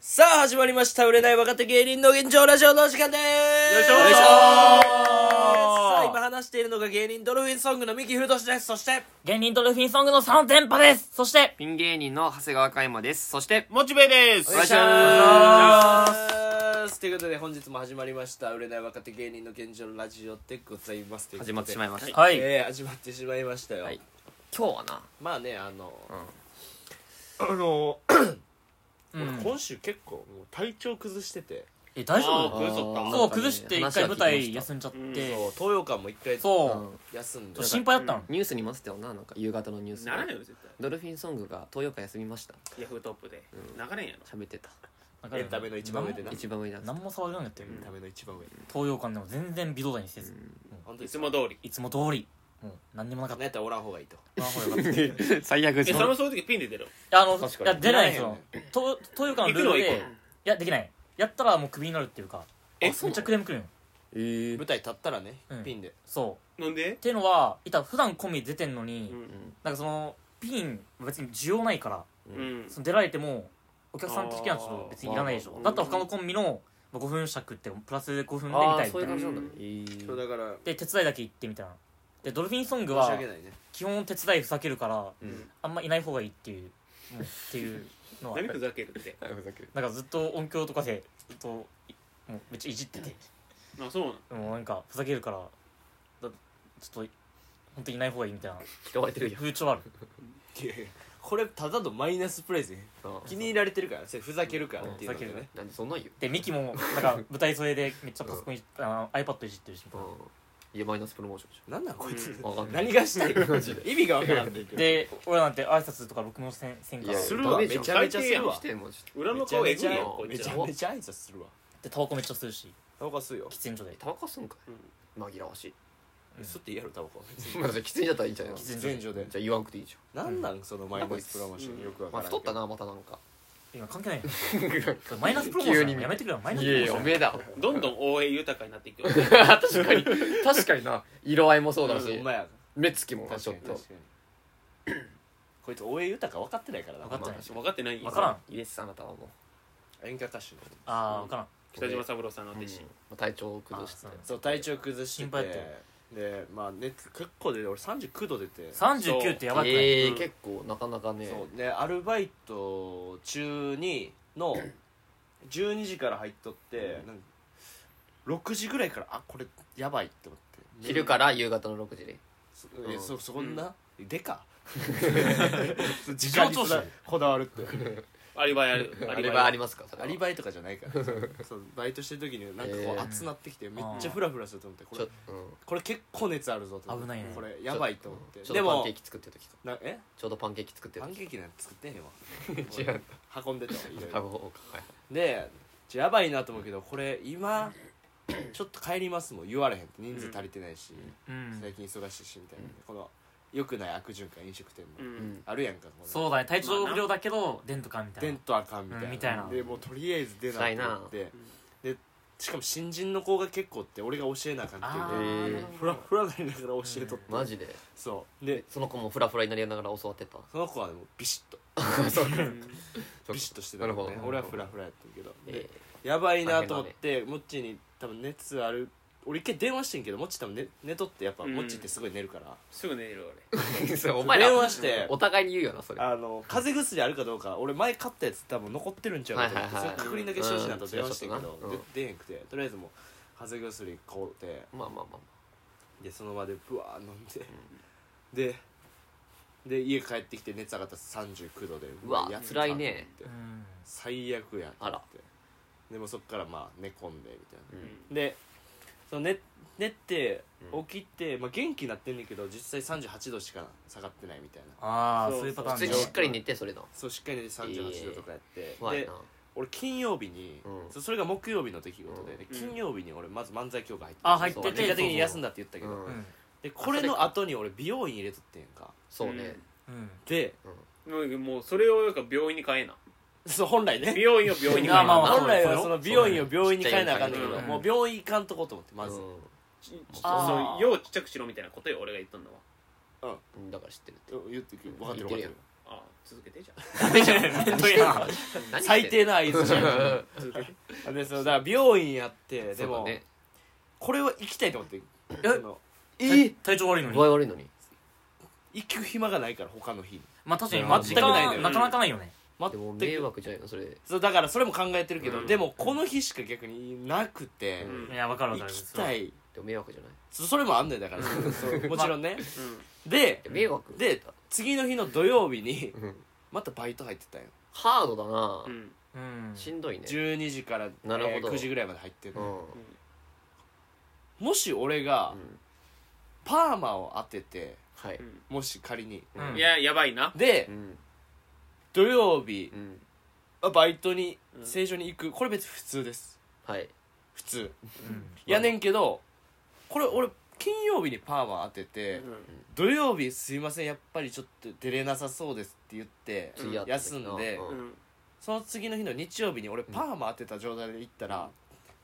さあ始まりました売れない若手芸人の現状ラジオのお時間ですよいしょーよいしょーよいしょーさあ今話しているのが芸人ドルフィンソングの三木古俊ですそして芸人ドルフィンソングの3連覇ですそしてピン芸人の長谷川嘉山です。そして、モチベですお願いしおま願いしますということで本日も始まりました売れない若手芸人の現状ラジオでございます始まってしまいました。は、はいえー、始まってしまいましたよ、はい今日はな、まあねあの、あのうん今週結構もう体調崩しててえ大丈あ夫崩しとったあーそう崩して一回舞台休んじゃっうんてそう東洋館も一回そ休んでう心配だったのニュースにも載せたよな、なんか夕方のニュースで。ならないよ絶対ドルフィンソングが東洋館休みました。ヤフートップで流れんやろ喋ってた。エンタメの一番上でな一番上だ。何も騒がなかったよエンタメの一番上東洋館でも全然微動だにせず本当いにつも通りいつも通りもう何にもなかっなんやったらおらん方がいいとたあほらよかったい 最悪えそれもそういう時ピンで出るやあの確かいにや出ないんですなよい東東洋館のルール行くのはで行いこうやできないやったらもうクビになるっていうかえめっちゃクレームくるんよえー舞台立ったらね、うんピンでそうなんでっていうのはいた普段コンビ出てんのに、うんなんかそのピン別に需要ないからうんその出られてもお客さん的にはちょっと別にいらないでしあょーだったら他のコンビの5分尺ってプラス5分で見あたあ、いそみういたういな感じなんだうん。えーそうだからで手伝いだけ行ってみたいなでドルフィンソング申しは訳ないね基本手伝いふざけるからうんあんまいない方がいいっていうもうっていうのは何ふざけるってふざけるなんかずっと音響とかでずっといもうめっちゃいじっててあそうなもうなんかふざけるからだちょっと本当にいない方がいいみたいな嫌われてるよ。風潮あるいやいやこれただのマイナスプレイズね気に入られてるからそれふざけるからっていうのでふざけねるなんでそんなん言うでミキもなん か舞台袖でめっちゃパソコンいじあの iPad いじってるしみたいなうんいや、マイナスプロモーションでしなんなんこいつょ。わかんない。何がしたい の意味がわからんねんけどで俺なんて挨拶とか録音せんせんからすでるわダメじゃんめちゃめちゃする最低やわんしてもうちょっ裏のめちゃ顔めえぐいちゃよこいめつちらゃめちゃ挨拶するわタバコめっちゃ吸うしタバコ吸うよ喫煙所でとタバコ吸うんかうんい紛らわしい。吸っていいやろタバコまあ、じゃあきついだったらいいじゃん。じ喫ゃ煙全所所であ言わんくていいじなんなんそのマイナスプロモーショうンんよくゃわん。かまあ、らん太ったなな、またなんか。今関係ないよ マイナスプロモーショ急ンにやめてくれよマイナスいプロやモーシいや、おョンめえだ。どんどん応援豊かになっていくよ 確かに確かにな色合いもそうだしお前や目つきもな確ちかょっにと確かにこいつ大江豊分かってないからな分かってない分かってないわからん入れてたあなたはもう、演歌歌手のああ分からん北島三郎さんのう弟ん子まあ、体調を崩してあそう体調崩して心配やったよてでまあ熱結構出て俺39度出て39ってやばくない、ええうん結構なかなかねそうでアルバイト中にの12時から入っとって、なんか6時ぐらいからあこれやばいって思って昼から夕方の6時でそえそそんな、でか時間にこだこだわるってアリバイあるアリバイありまますかそれ アはリバイとかじゃないからそうバイトしてる時になんかこえうー熱なってきてめっちゃフラフラすると思ってこちれょっと、うん、これ結構熱あるぞと思って危ないねこれやばいと思ってちょうでどパンもケーキ作ってる時かなえちょうどパンケーキ作ってるパン時ケーキなんて作ってへんわ違う運んでたわいろいろ あごはいでちょやばいなと思うけどこれ今ちょっと帰りますもん言われへんって人数足りてないし、うん最近忙しいしみたいな、この良くない悪循環飲食店の、うんあるやんかこのそうだね体調不良だけど出んとかみた出いんなとあかんみたいな,、うんみたいなでもうとりあえず出ないと思ってでしかも新人の子が結構って俺が教えなあかんっていうねーえーなるほどふらふらなりながら教えとって、マジでそうでその子もフラフラになりながら教わってたその子はもうビシッと ビシッとしてたけどねなるほど俺はフラフラやったけど、で えやばいなと思ってモッチーに多分熱ある俺一回電話してんけどモッチー多分寝寝とってやっぱうんモッチーってすごい寝るから、すぐ寝れる俺ーそれお前電ら話してお互いに言うよなそれあの風邪薬あるかどうか俺前買ったやつ多分残ってるんちゃうかと思って、はいはいはいそれ確認だけしてほしいなとうん電話してんけど、うんで出へんくてとりあえずもう風邪薬買うてまあまあまあでその場でブワー飲んで、でで家帰ってきて熱上がったら39度でうわやった辛いねってうん最悪やと思あらってでもそっからまあ寝込んでみたいなうんでその寝寝てうん起きて、まあ、元気になってんねんけど実際38度しか下がってないみたいなああそうそういうパター普ン通ねにしっかり寝てそれなそうしっかり寝て38度とかやって、怖いでな俺金曜日に、うんそそれが木曜日の出来事で、うんで金曜日に俺まず漫才協会入ってあ入ってそうて結果的に休んだって言ったけど、うんうんでこれの後に俺美容院入れとってんやんかそうねうんでうんもうそれをなんか病院に変えな そう本来ね美容院を病院に変えあまあなまあ本来はそそうだのよ美容院を病院に変えなあかんねんけそうどだよもう病院行かんとこうと思ってまず、ちちあそーうようちっちゃくしろみたいなことよ俺が言ったんだわうんだから知ってるって言ってく分かってる言分かってってるやるんあ続けてじゃダメじゃんめ んどいな何してんの最低な合図 じゃんあ続けてでそうだから病院やってでそうも、だねこれは行きたいと思ってえあのえ体調悪いの具合に悪いのに行く暇がないから他の日にまあ確いやかに全く全くないのなよなかなかないよね全でもく迷惑じゃないのそれそうだからそれも考えてるけど、うんでもこの日しか逆になくて、うんいやわかるわか行るきたいでも迷惑じゃないそそれもあんねんだから そうもちろんね、でで迷惑で次の日の土曜日にうんまたバイト入ってたんよハードだなうんうんうんしんどいね12時から、なるほど9時ぐらいまで入ってる、うんもし俺がうんパーマを当ててはいうもし仮にんうんいややばいなでうん土曜日うんあバイトにうん正常に行くこれ別に普通ですはい普通うんやねんけどこれ俺金曜日にパーマ当てうて、ん土曜日すいませんやっぱりちょっと出れなさそうですって言って次やって休んでううんその次の日の日曜日に俺パーマ当てた状態で行ったら、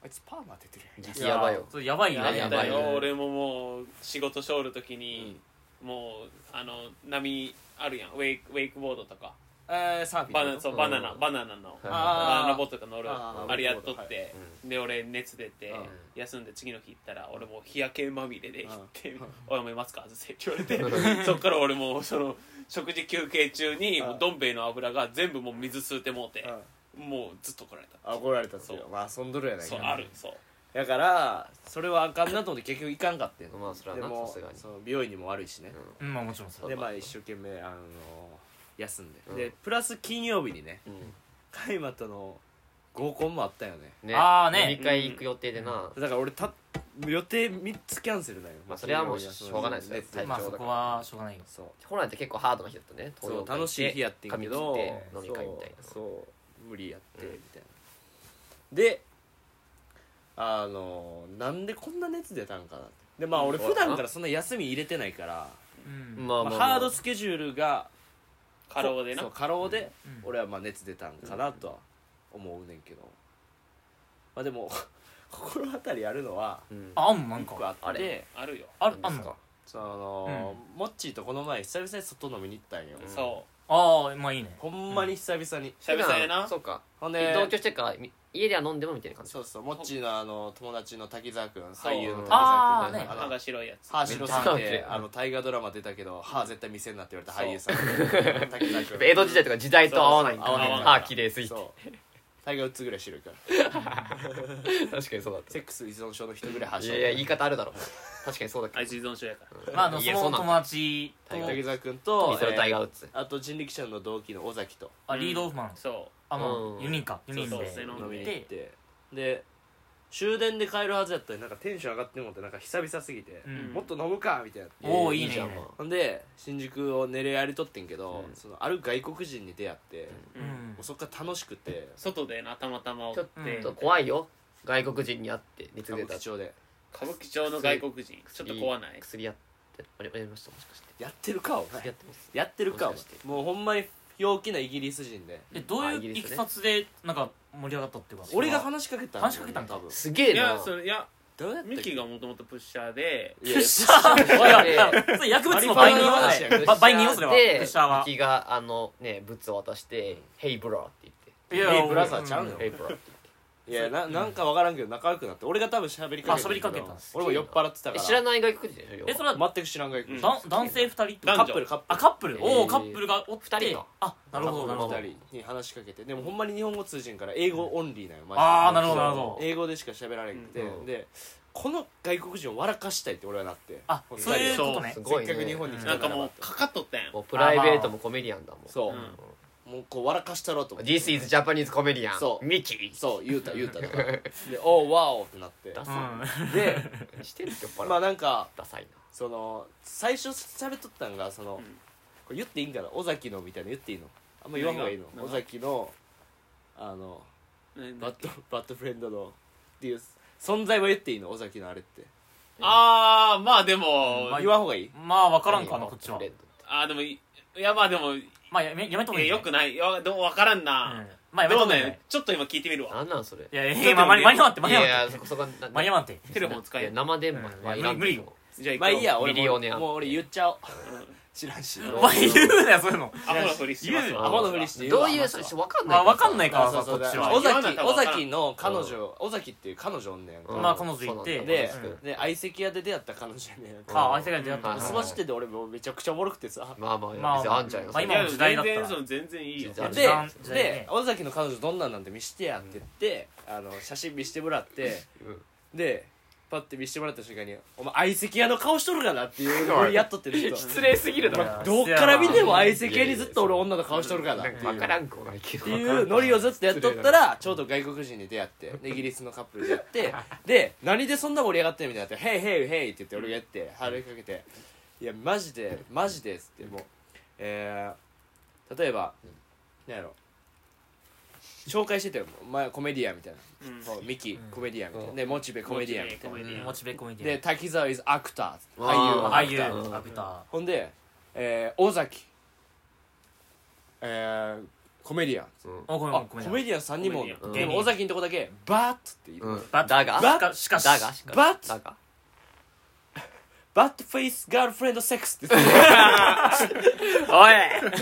あいつパーマ当ててるやん実やばいよそれやばいよねややばばいいよよ俺ももう仕事しょおる時に、もうあの波あるやんウェイクウェイクボードとかえー、サーフィンバナそうバナナうんバナナのあーバナナボートとか乗るああーれやっとって、で俺熱出て、うん休んで次の日行ったら俺もう日焼けまみれで行って「うん おいお前マスク外せ」って言われて そっから俺もうその食事休憩中にうんもうどん兵衛の油が全部もう水吸うてもうてうんもうずっと怒られたあ怒られたんですよそうまあ遊んどるやないそうかあるそうだからそれはあかんなと思って結局行かんかってんまあそれはでなもさすがにそう美容院にも悪いしね、うんまあもちろんそううんでまあ一生懸命あの休んで、うんでプラス金曜日にねうん海馬との合コンもあったよねねあーね飲み会行く予定でなだから俺た予定3つキャンセルだよ、まあそれはもうしょうがないですよね体調まあだそからこはしょうがないよそうホラーって結構ハードな日だったねそう東洋館行って楽しい日やってんけど髪切って飲み会みたいなそうそう無理やってうんみたいな、であのなんでこんな熱出たんかなってでまあ俺うん普段からそんな休み入れてないから、うんまあまあまあまあハードスケジュールが過労でなそう過労でうん俺はまあ熱出たんかなとは思うねんけど、まあでも 心当たりあるのはうんああんなん一個あかってあれあるよあるあん何ですかのその、モッチーとこの前久々に外飲みに行ったんよ、うんそああまあいいねほんまに久々に、う久々や普な段そうかほんで同居してるからみ家では飲んでもみたいな感じそうそうモッチーのあの友達の滝沢君そう俳優の滝あ沢ー君ねあ歯のが白いやつ歯白さんっめっちゃて歯あの大河ドラマ出たけど歯絶対見せんなって言われた俳優さん 滝沢君江戸時代とか時代と合わないんだそうそう合わない歯綺麗すぎてそう大河うつぐらい白いから 確かにそうだっセックス依存症の人ぐらい歯たい白やいいや言い方あるだろ確かにそうだあけいつ依存症やからどまああのいそやのうなん友だ達と滝沢君とミスルタイガーウッズえーあと人力車の同期の尾崎とあリードオフマンそあもううん4人か4人そうでそう飲飲みみにに行ってで終電で帰るはずやったりなんかテンション上がってもってなんか久々すぎて、うんもっと飲むかみたいなうおーいいねじゃんまほんで新宿を狙い歩いとってんけど、うんそのある外国人に出会って、う、ううんんもうそっから楽しくて外でなたまたまおあっちょってと怖いよ外国人に会って歌熱が出舞た伎ら町で歌舞伎町の外国人ちょっと怖ない薬やってあれやりましたもしかしてやってるかお前薬やってますやってるかお前もしかしてもうほんまに陽気なイギリス人でえどうあイギいうリいスきねさつでなんか盛り上がったっていうか俺が話しかけただよ話しかけたんか多分すげえいなやそれいやどうやってミキがもともとプッシャーでいや それ薬物の売人マリファナの話やは売人よそれはでプッシャーはミキがあのね物を渡して「ヘイブラー」って言っていやブラザーちゃうの「ヘイブラー」っていやななんかわからんけど仲良くなって俺が多分喋りかけたんだあ喋りかけたんです俺も酔っ払ってたかえら知らない外国人でしょえそれは全く知らんがいうくんカだ男性2人って男ッ女プルカップルあカップルおえおーカップルがおって二人かあなるほどなるほどカップル二人に話しかけてでもほんまに日本語通じんから英語オンリーなんよマジでああなるほどなるほど英語でしか喋られんくて、うんでこの外国人を笑かしたいって俺はなってあほんまそうにいうことねすごせいっねかく日本に来なたんかからもうかかっとったやんもうプライベートもコメディアンだもんそう、うんもうこう笑かしたろと思って This is Japanese comedian そうミキそう言うた言うただからで「おうワオ!」ってなってダうサでいしてるって酔っまあ払うなんかダサいなその最初喋っとったんがその、うんこれ言っていいんかな尾崎のみたいな言っていいのあんま言わん方がいいの何が尾崎のあのなんだバッっけド バッドフレンドのっていう存在は言っていいの尾崎のあれってああまあでも、まあ言わん方がいいんまあ分からんかなこっちはフレンドああでもいいやまあでもいまあやめやめとやもいいよくないいやでも分からんうな、んまあやめどとうもいいねねちょっと今聞いてみるわなんなんそれいやいやいやまあ間に間に合わんって間いに合わんっやいてやそこそこな間に合わんってテレフォン使いえやよ生電話うんはいらん無理よじゃあ行くまあいいやミ俺リオネもアもう俺言っちゃおう知らんしお前言うなよそういうのアホなふりしてま言すうよよアホのふりして言うどわういう話そはれ分かんなまいあ分かんないかからさあそこうそうっちだお尾はざ崎尾崎の彼女尾崎っていう彼女おんねんらうかんまあ彼女行ってでそうなんだで相席屋で出会った彼女やねんあ相席屋で出会ったうんすましてて俺もうめちゃくちゃおもろくてさまあまあ、まあ別にあんちゃんよまあい今やの時代だったら全然その全然いいよ時代であ時代でね尾崎の彼女どんなんなんて見してやって言ってあの写真見してもらってでパッて見してもらった瞬間に「お前相席屋の顔しとるかな」っていうのをやっとってる人 失礼すぎるだろまあどっから見ても相席屋にずっと俺女の顔しとるかなっていう分からん子がいけっていうノリをずっとやっとったらちょうど外国人に出会ってでイギリスのカップルでやってで何でそんな盛り上がってるみたいになって「ヘイヘイヘイ」って言って俺がやって歩きかけて「いやマジでマジで」っつってもうえー例えば何やろ紹介してたよ「お前コメディアン」みたいなうん「ミキうんコメディアン」みたいなうんで「モチベコメディアン」みたいモチベコなメディアンモチベコメディアで「滝沢 is アクター」わー俳優ああいうアクターアクターほんで、えー、尾崎えー、コメディアンあごめんごあめんごコめんメディアン3人もおんコメディアンでもうん尾崎のとこだけバットって言う、バッだがバしかしかしだがしかバッだがバットフェイスガールフレンドセックスっておい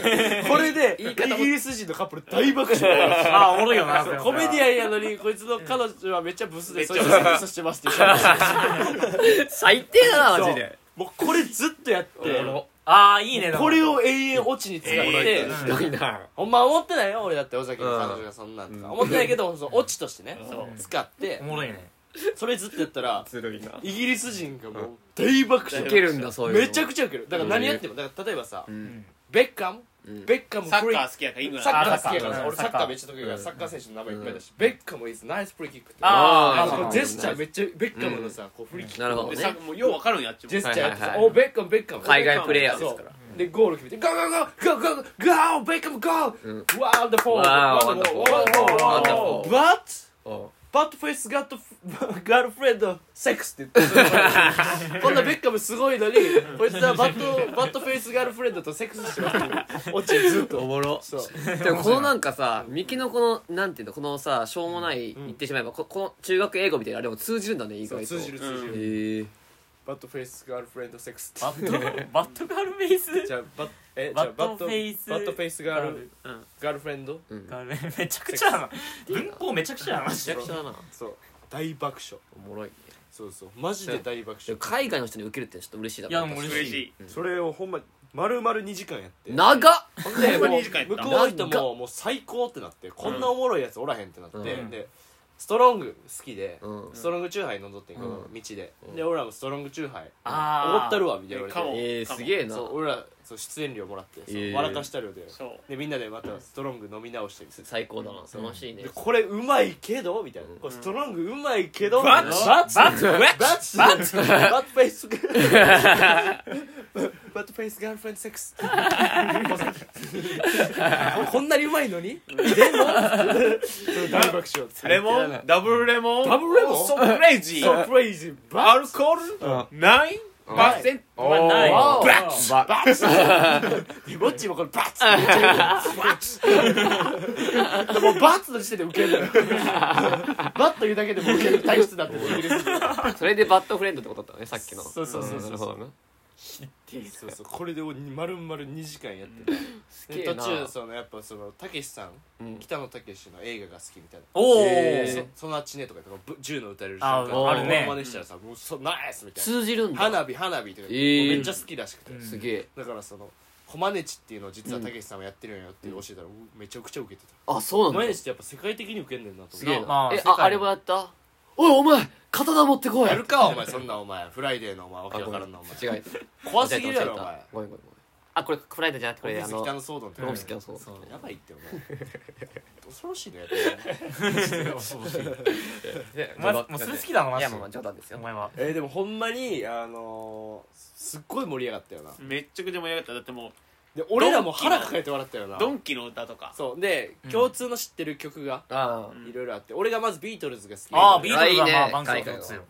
これで言い方もイギリス人のカップル大爆笑 あおもろいよなコメディアアンやのにこいつの彼女はめっちゃブスでめっちそゃいつセックスしてますって言ってた最低だなマジでもうこれずっとやっておもああいいねでもこれを永遠オチに使って、えーひどいなほんま思ってないよ俺だって尾崎の彼女がそんなんとか、うん思ってないけどそのオチとしてね、そう使っておもろいねそれずっとやったらずるいなイギリス人がもう大爆い笑けるんだそういうのめちゃくちゃウケるだから何やってもだから例えばさ、うんベッカム、ベッカムサッフリカーー好きやからイングランサドッカあー好きやからサッカさー俺サッカーめっちゃ得意やからうんサッカー選手の名前いっぱいだし、ベッカムイズナイスフリーキックってああーのジェスチャーめっちゃベッカムのさ、こうフリーキックなるほどでねサッカーもうようわかるんやあっちもジェスチャーやってさ、はいはいはいおベッカムベッカム海外プレイヤーですからそうでゴール決めてゴーゴーゴーゴーゴーゴーゴーベッカムゴー、うんワンダフォーわーワンダフォーワワンンダダフフォォーーバッおうバッドフェイスガッドフ ガールフレンドセックスって言ってたこんなベッカムすごいのにこいつはバッドバッドフェイスガールフレンドとセックスしてます落ちずっおともろそうでもこのなんかさ右のこのなんていうのこのさしょうもない言ってしまえばここの中学英語みたいなあれも通じるんだね意そ外う通とじる通じる、へえバッドフェイスガールフレンドセックスってバットバットガールフェイスじゃあバッえじゃバあッドフェイスバッドフェイスガールうんガールフレンドうんガールめちゃくちゃやな文法めちゃくちゃやなマジめちゃでくちゃだなそう大爆笑おもろいねそうそうマジで大爆で笑も海外の人に受けるってちょっと嬉しいだろいやもう嬉しいそれをほんま丸々2時間やって長っほんでほんまもに時間やったう向こうの人ももう最高ってなってこんなおもろいやつおらへんってなって、うんでストロング好きで、うんストロングチューハイ飲んどってんけど、うん道で、うんで俺らもストロングチューハイあーおごったるわみたいな言かわもれてえーすげえなそう俺らそう出演料もらって、そうえー笑かした量でそうでみんなでまたストロング飲み直して最高だな楽しいねでこれうまいけどみたいな、これストロングうまいけどバッみたいなバッバッバッバッバッフェイスバッフェイスガールフレンドセックスこんなにうまいのにでも大爆笑レモンダブルレモンダブルレモンソクレイジー So crazy アバルコールないパーセントまあないおーバッッバッ ツぼっちもこれバッツバッツでもうバッツの時点でウケるのよバッというだけでもうウケる体質だってイギリス人それでバッドフレンドってことだったねさっきのそうそうそうそうんなるほどなそうそうこれでおまるまる2時間やっててすでげえ途な中そのやっぱそのたけしさん、うん北野たけしの映画が好きみたいなおおえーそそのあっちねとか言ってぶ銃の撃たれるあ間あるね真似したらさ、もうそナイスみたいな通じるんだ花火花火とか言って、えーめっちゃ好きらしくて、うんすげえだからそのコマネチっていうのを実はたけしさんはやってるんやよって教えたら、うめちゃくちゃウケてたあそうコマなんネだチってやっぱ世界的にウケんねんなとす思げっえてなまなあえ世界あのあれもやったおいお前刀持ってこいやるかお前そんなお前フライデーのお前わけわからんなお前違う怖すぎるやろお間違え前たごめんごめんごめんあこれフライドじゃなくてここれれああのの北の騒動の時トロフスキーのそうそうやばいってお前 恐ろしいねやってるお前もうそれ好きだろマいジやでまあまあ冗談ですおよ前はえーでもほんまにあのー、すっごい盛り上がったよなめっちゃくちゃ盛り上がっただってもで俺らも腹抱えて笑ったようなドンキの歌とかそうでうん共通の知ってる曲があうあんいろいろあって俺がまずビートルズが好きでああビートルズいはいねまあバンクの海外強は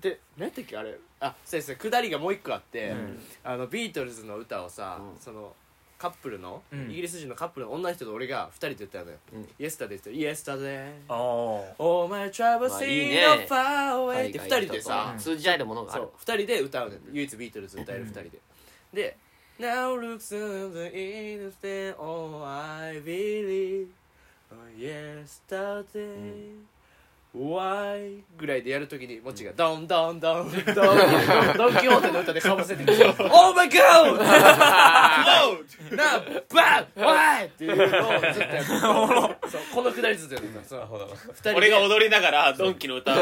で何やったっけあれあ先生下りがもう一個あって、うんあのビートルズの歌をさ、そのカップルの、うんイギリス人のカップルの女の人と俺が二人で言ったのよ、うんイエスタデーって言ったイエスタデーああオーマイトラブまシあいいーねのファーウェイって二人でさ通じ合えるものがあそるう2人で歌うねん唯一ビートルズ歌える2人で、で Now look through the innocent all I believe on yesterday、Why? ぐらいでやるときに、もっちが、ドンドンドンドン、ドンキホーテの歌でかぶせてくる。Oh my god! No! な、バン Why? っていうのをずっとやってたそう、このくだりずっとやってた。そうほど二人で俺が踊りながらドンキの歌を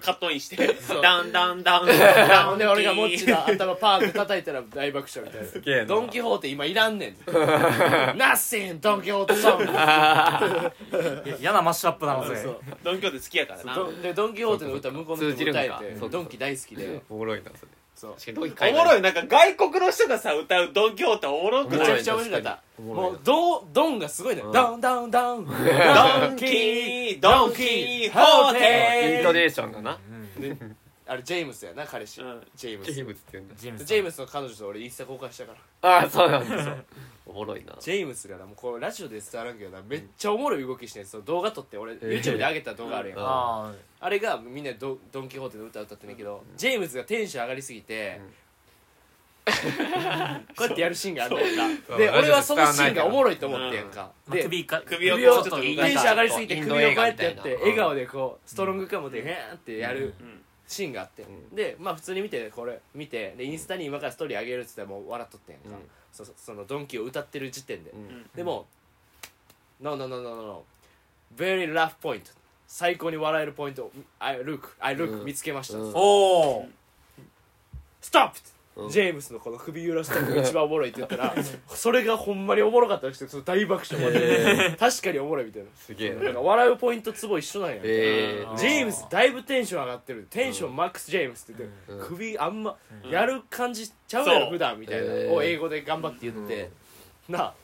カットインしてそうダンダンダンあダほンんで俺がモッチのだ頭パーンって叩いたら大爆笑みたいげえななドン・キホーテ今いらんねん Nothing ドン・キホーテソングい嫌なマッシュアップなのそぜうドンキョーテ好きやからなドンでドン・キホーテの歌向こうの人も歌え通じるんてかドンキ大好きでおもろいなそれそう確かに同期お会もろいいなんか外国の人がさ歌うドンキョーテおもろくめなちゃいくちゃ面白かったおもろもいうドンドンがすごいねうんダウンダウンダウンドドンンキキーードドンンキキーーホーインテトネーションがなあれジェームスやな彼氏うんジェームジェースムズって言うんだジェームスジェームスの彼女と俺インスタ公開したからああそうなんだそうおもろいなジェームスがなもうこれラジオで伝わらんけどなめっちゃおもろい動きしてんその動画撮って俺 YouTube で上げた動画あるやんうんああれがみんなドドン・キホーテの歌歌ってんだけど、ジェームズがテンション上がりすぎて、こうやってやるシーンがあるんだよそうでそう俺はそのシーンがおもろいと思ってやんか、あで首か首を首をちょっとテ動ンかしショてン上がりすぎてイン首ドをこう映画やみってたやいっなてうん笑顔でこうストロングカモでヘーンってやるうんシーンがあって、でまあ普通に見てこれ見てでインスタに今からストーリー上げるっつってもう笑っとってんやんか、うんそそのドンキを歌ってる時点で、うんでも「No no no no no no very rough point 最高に笑えるポイント I look I look、うん見つけました」うんおお Stop! うんジェームスのこの首揺らすとこが一番おもろいって言ったらそれがほんまにおもろかったらしてその大爆笑まで確かにおもろいみたいなすげえなんなか笑うポイントツボ一緒なんやえージェームスだいぶテンション上がってるテンションマックス・ジェームスって言って、うん首あんまうんやる感じちゃうやそうろ普段みたいな、えーを英語で頑張って言って、なあ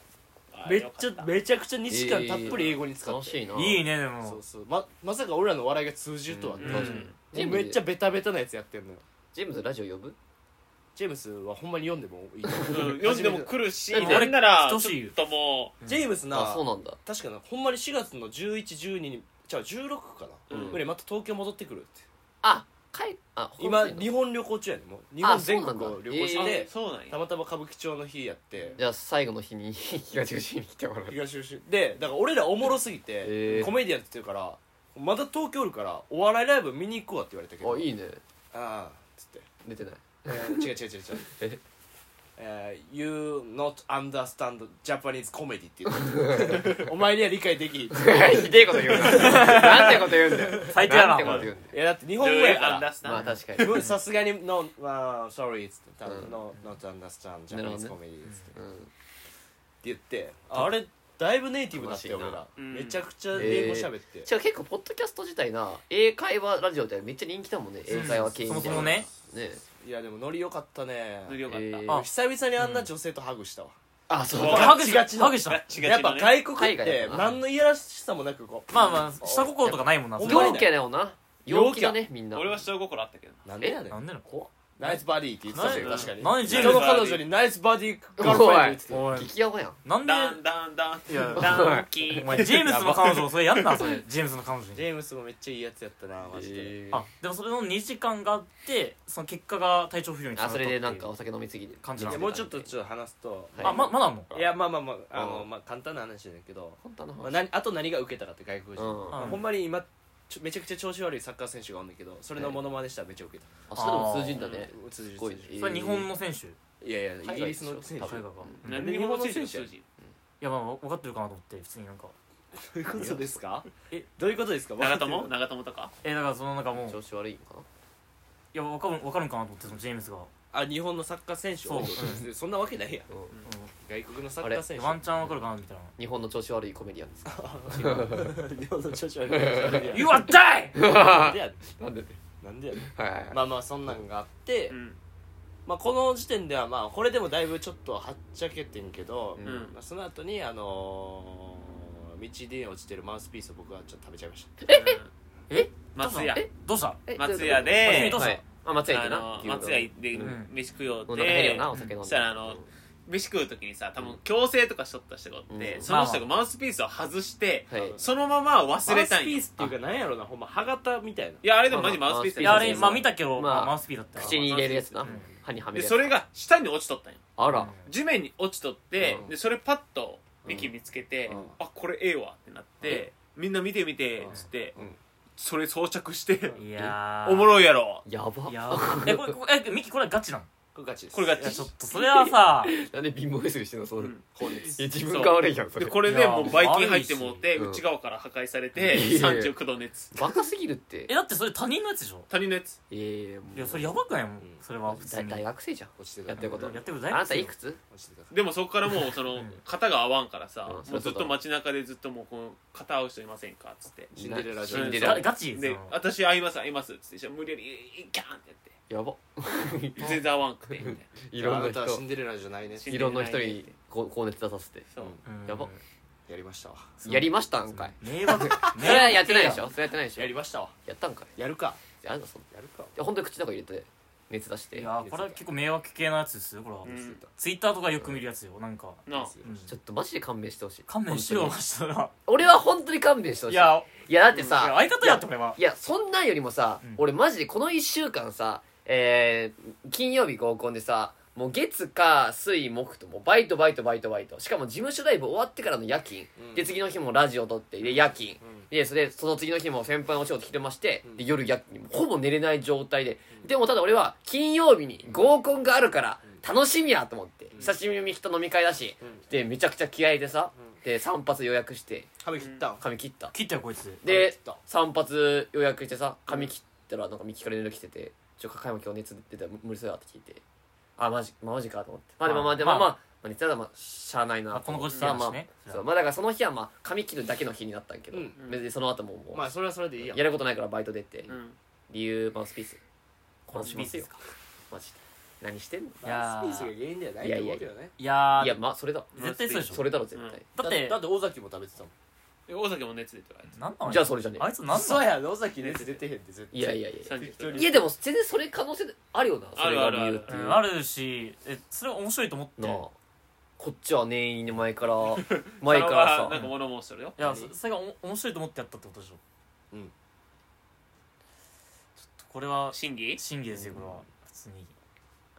めっちゃめちゃくちゃ2時間たっぷり英語に使っ楽て、しいないいねでそもうそうままさか俺らの笑いが通じるとはって、うんもうめっちゃベタベタなやつやってるのよジェームズラジオ呼ぶジェームスはほんまに読んでもいいうん 読んでも来るしだってあれなんならちょ等っしいよとも ジェームスなあそうなんだ確かなほんまに4月の1112にじゃあ16かな、うんぐらいまた東京戻ってくるってあ帰あ今本当に日本旅行中やねんもう日本全国そうなをんだ旅行うしえてあ、そうなんたやまたま歌舞伎町の日やってじゃあ最後の日に 東口に来てもらう東吉でだから俺らおもろすぎて、えーコメディアンって言ってるからまた東京おるからお笑いライブ見に行こうわって言われたけどあいいねああつって出てないえー違う違う違う違うええー You not understand Japanese comedy って言ってお前には理解できひんい ひでえこと 言うな。なんてこと言うんだよ。最低やななんてこと言うんだやよ。だって日ど本う語いうやアかンダーらスまタあンド確か に。さすがに「No、uh, sorry」っつって「うん No not understand なるほど Japanese comedy」っつねってってうん言ってああれだいぶネイティブだったよ俺楽しいならうんめちゃくちゃ英語喋ってしかも結構ポッドキャスト自体な英会話ラジオってめっちゃ人気だもんね英会話系みたいなそもそもねねいやでもノリ良かったね塗りよかっえたーあ久々にあんな女性とハグしたわあそうあハグしガチガチのハグした違う違うやっぱ外国っ海外てだな何のいやらしさもなくこうまあまあ下心とかないもんなお前それは陽気やねんな陽気だねみんな俺は下心あったけどなんでやねんなんでなの怖っナイスバディって言ってたなよ確かに何ジェー人ムのズ彼女にナイスバディガールフェンド言ってたよおい激ヤバやんなんでダンダンダンいやダンキ おー前ジェームスの彼女をそれやんなそれジェームスの彼女ジにェームスもめっちゃいいやつやったなマジでえーあでもそれの2時間があってその結果が体調不良につなあがったってそれいうでなんかお酒飲みすぎて感じいなんやだもうちょっとちょっと話すとはいあままだあんのいやまあまあまああのうんまあ簡単な話だけど本当のまあ話何あと何が受けたかって外国う人んまあほんまに今ちょめちゃくちゃ調子悪いサッカー選手がおるんだけどそれのモノマネしたらめっちゃ受けたあそれでも通じんだねうん通じするごい通ねじるえーそれ日本の選手いやいやイギリスの選手海外でしょ多海外分がうんいなんで日本の選手の数字やまあ分かってるかなと思って普通になんかどういうことですかえどういうことですか長友長友とかえだからそのなんかもうい調子悪いのかや分かる分かるんかなと思ってそのジェームスが あ日本のサッカー選手をそうそんなわけないやんなうん外国のサッカー選手ワンチャン分かるかなみたいな日本の調子悪いコメディアンですか 日本の調子悪いなんで や「You are die!」ねなんでねんなんでやねんはいはいはいまあまあそんなんがあって、うんまあ、この時点ではまあこれでもだいぶちょっとはっちゃけてんけど、うんまあ、その後にあのー、道で落ちてるマウスピースを僕はちょっと食べちゃいましたえ松屋どうしたえ松屋えでどうしたはいあ松屋行ってあなの松屋ででうん飯食おう飲んだてら減るよなお酒飲んそしただららあの飯食う時にさ多分強制とかしとった人がおって、うんその人がマウスピースを外して、はいそのまま忘れマウスピたんよーいスっていうかなんやろなほんま歯型みたいなやあれでもマジマウスピースうんいややあったれまあ見たけど、まあまあ、マウスピーだった口に入れるやつな、うん歯にはめでるやそつれが下に落ちとったんよあうらん地面に落ちとって、うんでそれパッとミキ見つけて、うんあこれええわってなって、みんな見て見てうんつって、うんそれ装着して、いやーおもろいやろやばいやーえこれこれえミキこれガチなのこれガチですこれがいやちょっとそれは さ なんで貧乏ゆすりしてんのそう、うんこうですいや自分が悪いやんそでれこれいでやもうばい菌入ってもうて悪いし内側から破壊されてうん39度熱バカすぎるってえだってそれ他人のやつでしょ他人のやつええもういやそれやばくないもんんそれは普通大に大学生じゃん落ちてくやだってること落やってるあ大な学た生いくつちてくださいでもそこからもうそのん肩が合わんからさうんもそううずそうっと街中でずっともうこの肩合う人いませんかっつってシンデレラシンデレがラガチでその私合います合いますっつってじゃあ無理やりキャーンってややっばて 全然合わんくてみたいないろんなあなたは人シンデレラじゃないねシンいろんな人にこ高熱出させてそううんやばやりましたわそうやりましたんかい迷 惑それはやってないでしょそれはやってないでしょやりましたわやったんかいやるかやるのそんなやるかで本当に口とか入れて熱出していちやーこれは結構迷惑系のやつですよこれは、うんツイッターとかよく見るやつよなんか、なあうんょっとマジで勘弁してほしい勘弁しろ本マジでな当に俺は本当に勘弁してほしいいやいやだっていやさ相方やってこれはいやそんなんよりもさ、うん俺マジでこの1週間さえー、金曜日合コンでさもう月火水木ともうバイトバイトバイトバイトしかも事務所ライブ終わってからの夜勤、うんで次の日もラジオ撮ってで夜勤、でそれでその次の日も先輩のお仕事昼まして、うんで夜夜勤ほぼ寝れない状態で、でもただ俺は金曜日に合コンがあるから楽しみやと思って、久しぶりに人と飲み会だし、うんでめちゃくちゃ気合いでさ、うで3発予約して髪切った髪切った切ったよこいつであ切った散髪予約してさ髪切ったらなんか右から連絡来てて「ちょ加山今日熱出てた無理そうや」って聞いて「あマジ,、まあ、マジか」と思ってまあでもまあでもままああまあまあ熱出たらまあしゃあないなまあこのご時世まあだましあねそうまあだからその日はまあ髪切るだけの日になったんやけど、うん別にその後ももう、まあそれはそれでいいやんやることないからバイト出て、うん理由マウスピースマウスピースですかマジで何してんのいやマーウスピースが原因ではないと思うけどねいやーいやまあそれだ絶対そうでしょそれだろ絶対、うんだってだって尾崎も食べてたもん大酒も熱出てるあいつなんなのじゃあそれじゃねえあいつなんなそのうや尾崎熱出てへんって絶対いやいやいや30度いやでも全然それ可能性あるよなそれが理由ってういうんあるしえそれは面白いと思ってなあこっちは念入りに前から前からそれはさなんか物申してるよいやそそれがお面白いと思ってやったってことでしょうんちょっとこれは審議真偽ですよこれは普通に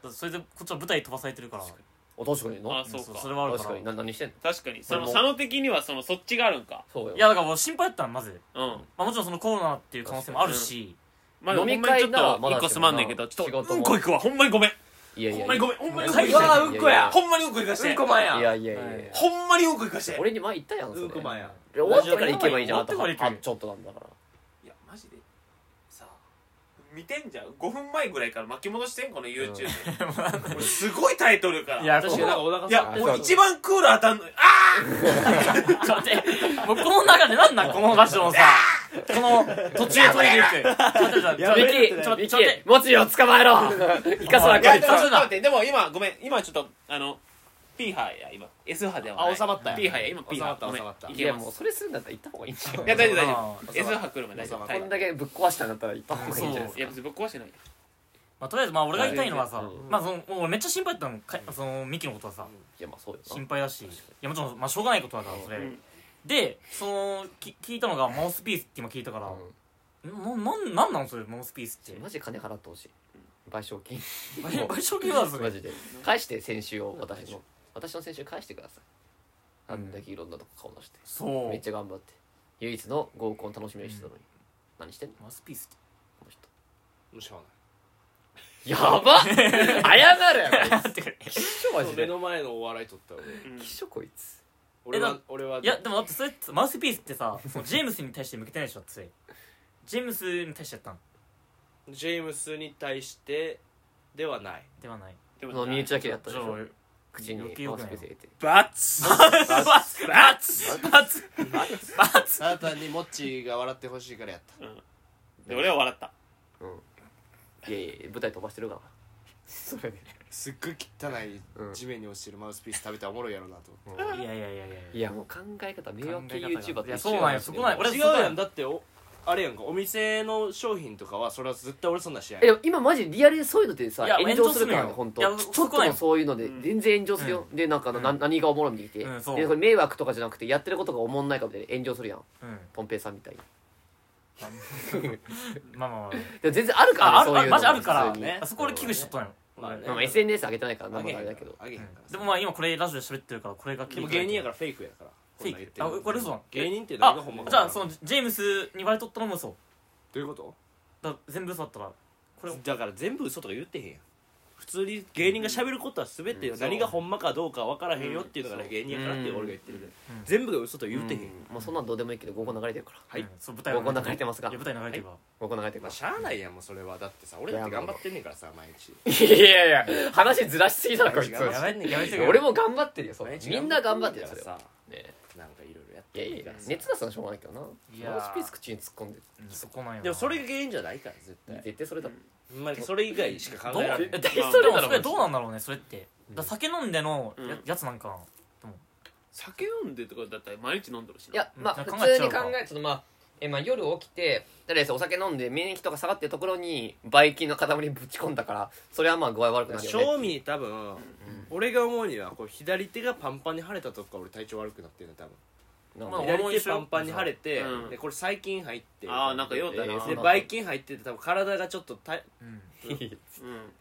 だってそれでこっちは舞台飛ばされてるからあ確かにあなそうかそれはある確かからにな何してんの確かにその俺も佐野的にはそのそっちがあるんかそういよやだからもう心配だったのまず、うんまあ、もちろんそのコロナっていう可能性もあるしまあ飲み会ならほんまにちょっと一個すまんねんけどちょっ仕事ともうんこ行くわほんまにごめんいやいほんやまにいごめんほんまにごめんいやいやうんこやほんまにうんこ行かしてうんこマンややいやいやいやほんまにうんこ行かして俺に前言ったやんそれうんこマンやで終わってから行けばいいじゃんあ終とわってから行けばいいあちょっとなんだからいやマジでさ見てんじゃん5分前ぐらいから巻き戻してんこの YouTube で俺すごいタイトルからいや確かになんかお腹いや空く俺一番クール当たんのにあちょっと待ってもうこの中でなんなんこの場所のさこの途中トイレ行くちょっと待ってちょっと待ミっやべえてキちょっと待ミってキちょっと待って持つよ捕まえろ行かそらいいかやいでもちょっと待ってでも今ごめん今ちょっとあの P 波や今 S 波ではないあ収まったよ P 波や今 P 波収まったごめん収まったいいけやまもうすそれするんだったら行った方がいいんじゃんいや大丈夫大丈あ夫ー S 波来るまで大丈収ま夫った大丈こんだけぶっ壊したんだったら行った方がいいんじゃない夫いや別にぶっ壊してないよまあ、とりあえずまあ俺が言いたいのはさ、うんまあ、そのもう俺めっちゃ心配だったのかそのミキのことはさいやまあそうよな心配だしいやもちろんまあしょうがないことだからそれ、うんでそのき聞いたのがマウスピースって今聞いたから、うんん、ななんなんなのそれマウスピースってマジ金払ってほしい賠償金 賠償金はそれマジで返して先週を私の私の先週返してくださいあんだけいろんなとこ顔出してそうめっちゃ頑張って唯一の合コン楽しみにしてたのに、何してんのマウスピースってこの人もうしょうがないやばっ謝るやろ待 ってくれ きっしょマジ目での前のお笑い取ったうんきっしょこいつ俺俺えはな俺はいやでもだってそれってマウスピースってさそのジェームスに対して向けてないでしょだってそれジェームスに対してやったんジェームスに対してではないではないでこもの身内だけでやったじでしゃあょ俺口にマウ余スピ計良くないース入れてババツツバツバツバツあなたにモッチーが笑ってほしいからやったで俺は笑ったいやいや舞台飛ばしてるから それすっごい汚うんい地面に落ちてるマウスピース食べたらおもろいやろうなと思っいやいやいやいやいやもう考え方迷惑系 YouTuber と一緒いやそうなんよそこなんよ俺て違違ううややんんだっておあれやんかお店の商品とかはそれは絶対俺そんなんしないえでも今マジリアルでそういうのってさいや炎上するから炎上するよね本当いやちょっとでもそういうので全然炎上するよ、でなんかあの、な何がおもろいみたいに言って、うんそうでこれ迷惑とかじゃなくてやってることがおもんないかみたいな炎上するやんうんポンペイさんみたいにまあまあまあでも全然あるからああるねそういうあのマジあるから普通にねあそこ俺危惧しとったんよまあねまあまあ SNS 上げてないからあなんげへんかあかれらだけどあげへんからでもまあ今これラジオで喋ってるからこれがでも芸人やかららフェイクやからフェイクこんあなん言ってるこれそうなの芸人って何あがほんまかじゃあそのジェームスに割れとったのもそうどういうことだから全部嘘だったらこれだから全部嘘とか言ってへんやん普通に芸人が喋ることは全てよ何がほんまかどうか分からへんよっていうのが芸人やからって俺が言ってるでん全部が嘘とは言ってへんやんまあそんなんどうでもいいけど合コン流れてるからはいうんそう舞台はここ流れてますがいや舞台流れてるわ合コン流れてるまかあしゃあないやんもうそれはだってさ俺だって頑張ってんねんからさ毎 日らいやいやいや話ずらしすぎだろこいつ違うやめてやめて俺も頑張ってるよそれ毎日みんな頑張ってるるよかそられはさねなんかいろいろやっいてやいやいや熱出すのはしょうがないけどないいやーやスピース口に突っ込んでうんそこなんよなでもそれが原因じゃないから絶対絶対それだもんほんまにそれ以外しか考どうええられでないも対そそれれだろどうなんだろうねそれってだから酒飲んでのやうんやつなんかな酒飲んでとかだったら毎日飲んでるしないやうんまあ考えちゃう普通に考えちょっとまあえまあ夜起きて誰ですお酒飲んで免疫とか下がってるところにばい菌の塊ぶち込んだからそれはまあ具合悪くなるよね正味多分俺が思うにはこう左手がパンパンに腫れたとこから俺体調悪くなってるね多分なんまあか俺も左一手緒パンパンに腫れて、うんでこれ細菌入ってあーなんか酔うたなでえーそうなんだばい菌入ってて多分体がちょっとた うん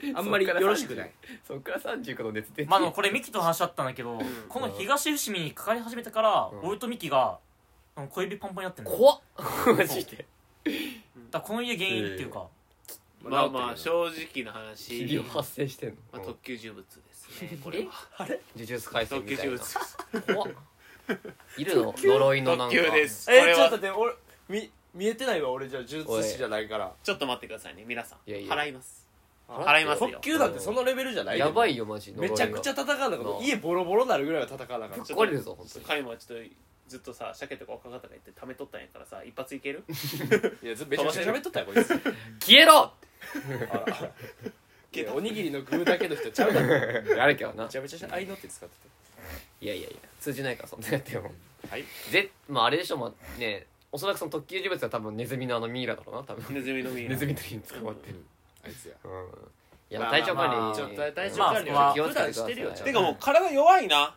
うんあんまりよろしく ない そっから39度熱出てまああのこれミキと話し合ったんだけどこの東伏見にかかり始めてからうん俺とミキがあの小指パンパンになってんのだか怖っ マジでらこの家原因っていうかまあまあ治っ正直な話霧を発生してんのまあ、うん特級呪物ですね これは呪術廻戦 特み級たいな怖呪物っいるの呪いのなん特か級ですてこるえれー、ちょっはと待って俺み見えてないわ俺じゃあ呪術師じゃないからちょっと待ってくださいね皆さんいやいや払います払払いますよ特急なんてそのレベルじゃないでやばいよマジめちゃくちゃゃ戦うのかなあ家ボロボロなるぐらいは戦うなかぶらっ壊れるぞ本当に彼もちょっとずっとさ鮭とか若方が言って貯めとったんやからさ一 発いけるいやずめちゃくちゃ喋っとったよこいつ消えろ いやおにぎりの具だけの人ちゃうからめあるけどなちゃめちゃ愛のって使っていやいやいや通じないからそんなやってもたはいぜまああれでしょまあねおそらくその特級呪物は多分ネズミのあのミイラだろうな多分ネズミのミイラネズミとに捕まってるあいつやうんいやまあ体調まあま管あ理ちょっと体調まあ管理まはあ普段してるよちゃんてとかもう体弱いな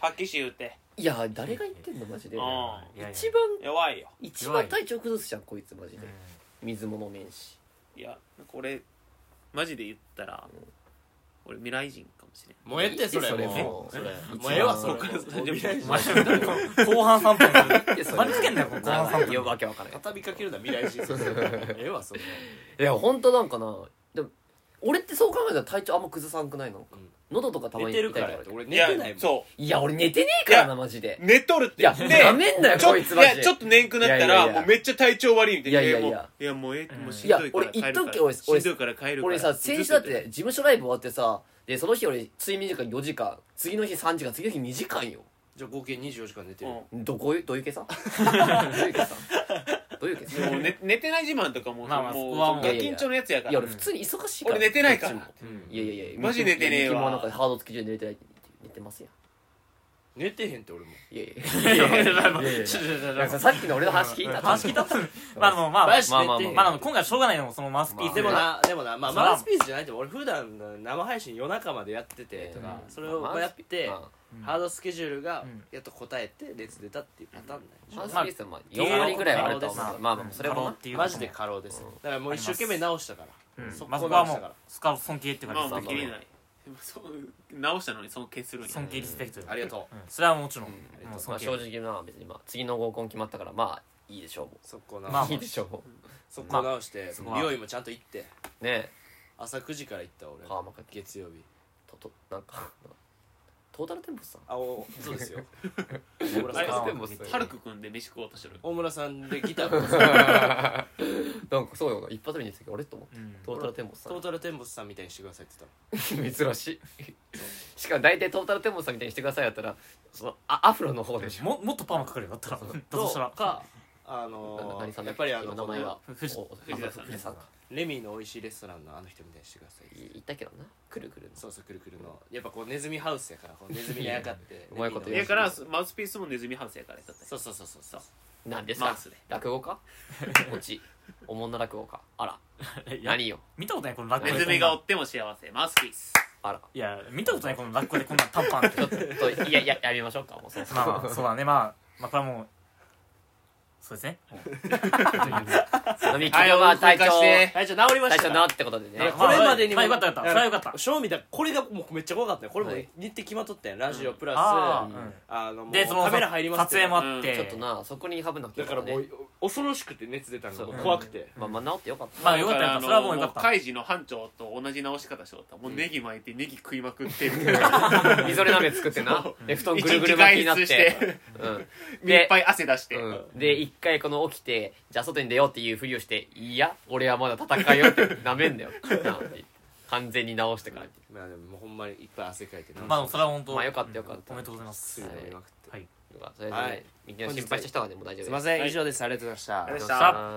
発揮し言うていや誰が言ってんのマジであいやいや一番弱いよ一番体調崩すじゃんこいつマジでう水も飲めんしいやこれマジで言ったら俺未来人かもしれんもうええってそれそれももううそれもうええわそれ一 番もう未来人んお前 後半3分いやそれ何つけんだよこの後半3いや分わけわからん畳みかけるな未来人ええわそれいや本当なんかなでも俺ってそう考えたら体調あんま崩さんくないの、うん喉とかたま寝にて痛いるからとかやって俺い寝やてないもんそいや俺寝てねえからなマジでう寝とるっていやなめんなよちょこいつマいジやでちょっと年くなったいやいやいらやもうめっちゃ体調悪いみたいないやいやいやいやもうええうんもうしんどいいかやら俺言っとくけ帰るから俺俺しんどいから帰るから俺さ先週だって事務所ライブ終わってさでその日俺睡眠時間4時間次の日3時間次の日2時間よじゃあ合計24時間寝てうんるもどこどういう計算どういう計算どういう計算う 寝寝てない自慢とかもまあまあもそうこはもうガキンチョのやつやかいやら俺普通に忙しいから俺寝てないかこっらちうんもいやいやいやマジ寝てねえわミキもなんかハード付きで寝てない寝てますや寝てへんって俺もんいやいいやいややいいややいやいやさっきの俺の話聞いた話聞いた まあでもまあまマあジまあまあまあ寝てへんまあでも今回はしょうがないのもそのマウスピースでもななでもなまあそらマウスピースじゃないって俺普段の生配信夜中までやっててとかうんそれをやってまあハードスケジュールがうんやっと答えて熱出たっていうパターンだマよウスピースはまあ4割ぐらいはあると思うけどまあまあそれもなっていうマジで過労ですだからもう一生懸命直したからうん速まあそ攻こは直もしたうからそこは尊敬っていうまあまかあ切れないそう直したのに尊敬するんや尊敬リスペクトよありがとうんそれはもちろんもんうま尊あ敬正直な別にまあ次の合コン決まったからまあいいでしょうもう速攻ま直あしうていいでしょうも速攻直してそこは美容院もちゃんと行ってうね朝9時から行った俺パーマかけ月曜日ととなんかトータルテンポスさんあおそうですよ 大村あれ さんテンポスハルク君で飯食おうとしてる大村さんでギターもなんかそうよな一発目に言ってたけどあれと思ってうんトータルテンボスさトータルテンボスさんみたいにしてくださいって言っん珍しい しかも大体トータルテンボスさんみたいにしてくださいやったらそのあアフロの方でしょももっとパーマかかるよだったらだたのとしたらとかあなの何さーんやだっっぱけりあの名前はこの藤お藤田さん藤田さんかレミの美味しいレストランのあの人みたいにしてくださいい言ったけどなくるくるそうそうくるくるのやっぱこうネズミハウスやからこうネズミがやかってうまいことレミ言だのからマウスピースもネズミハウスやからやったってそうそうそうそうそう何ですマかウスで落語 かオチおもんな落語かあら いや何よ見たことないこのラッコネでズミが追っても幸せマウスピースあらいや見たことないこのラッコでこんな短パンって ちょっといやいややめましょうかもうそうまあそうだねまあまあこれはもうそうですね 飲み切りは体調して隊長治りま体した調なってことでねやこれまでにもまあよかったよかったそれはよかった正味だこれがもうめっちゃ怖かったよこれもはい日程決まっとったやんラジオプラスああのあうもんうでそのカメラ入ります撮影もあっちょっとてなそこにハブなきゃだいかけらないもねう恐ろしくて熱出たのそうが怖くてまあまあ治ってよかったまあよかったよかったそれはもうよかっだたらあのもうカイジの班長と同じ直し方しよったもうネギ巻いてネギ食いまく ってみたいなみぞれ鍋作ってなで布団ぐるぐる巻きになっ一日外出しててうん でいっぱい汗出して、うん、で一回この起きてじゃあ外に出ようっていうふりをして「いや俺はまだ戦いよ」ってなめんだよ なんて完全に直してからってまあでももうほんまにいっぱい汗かいてなまあそれは本当まあよかったよかったおめでとうございますすぐ飲みまくってはいいうのがそれでね、はいみんな心配した人はねもう大丈夫ですいません以上ですありがとうございましたありがとうございましたありがとうございました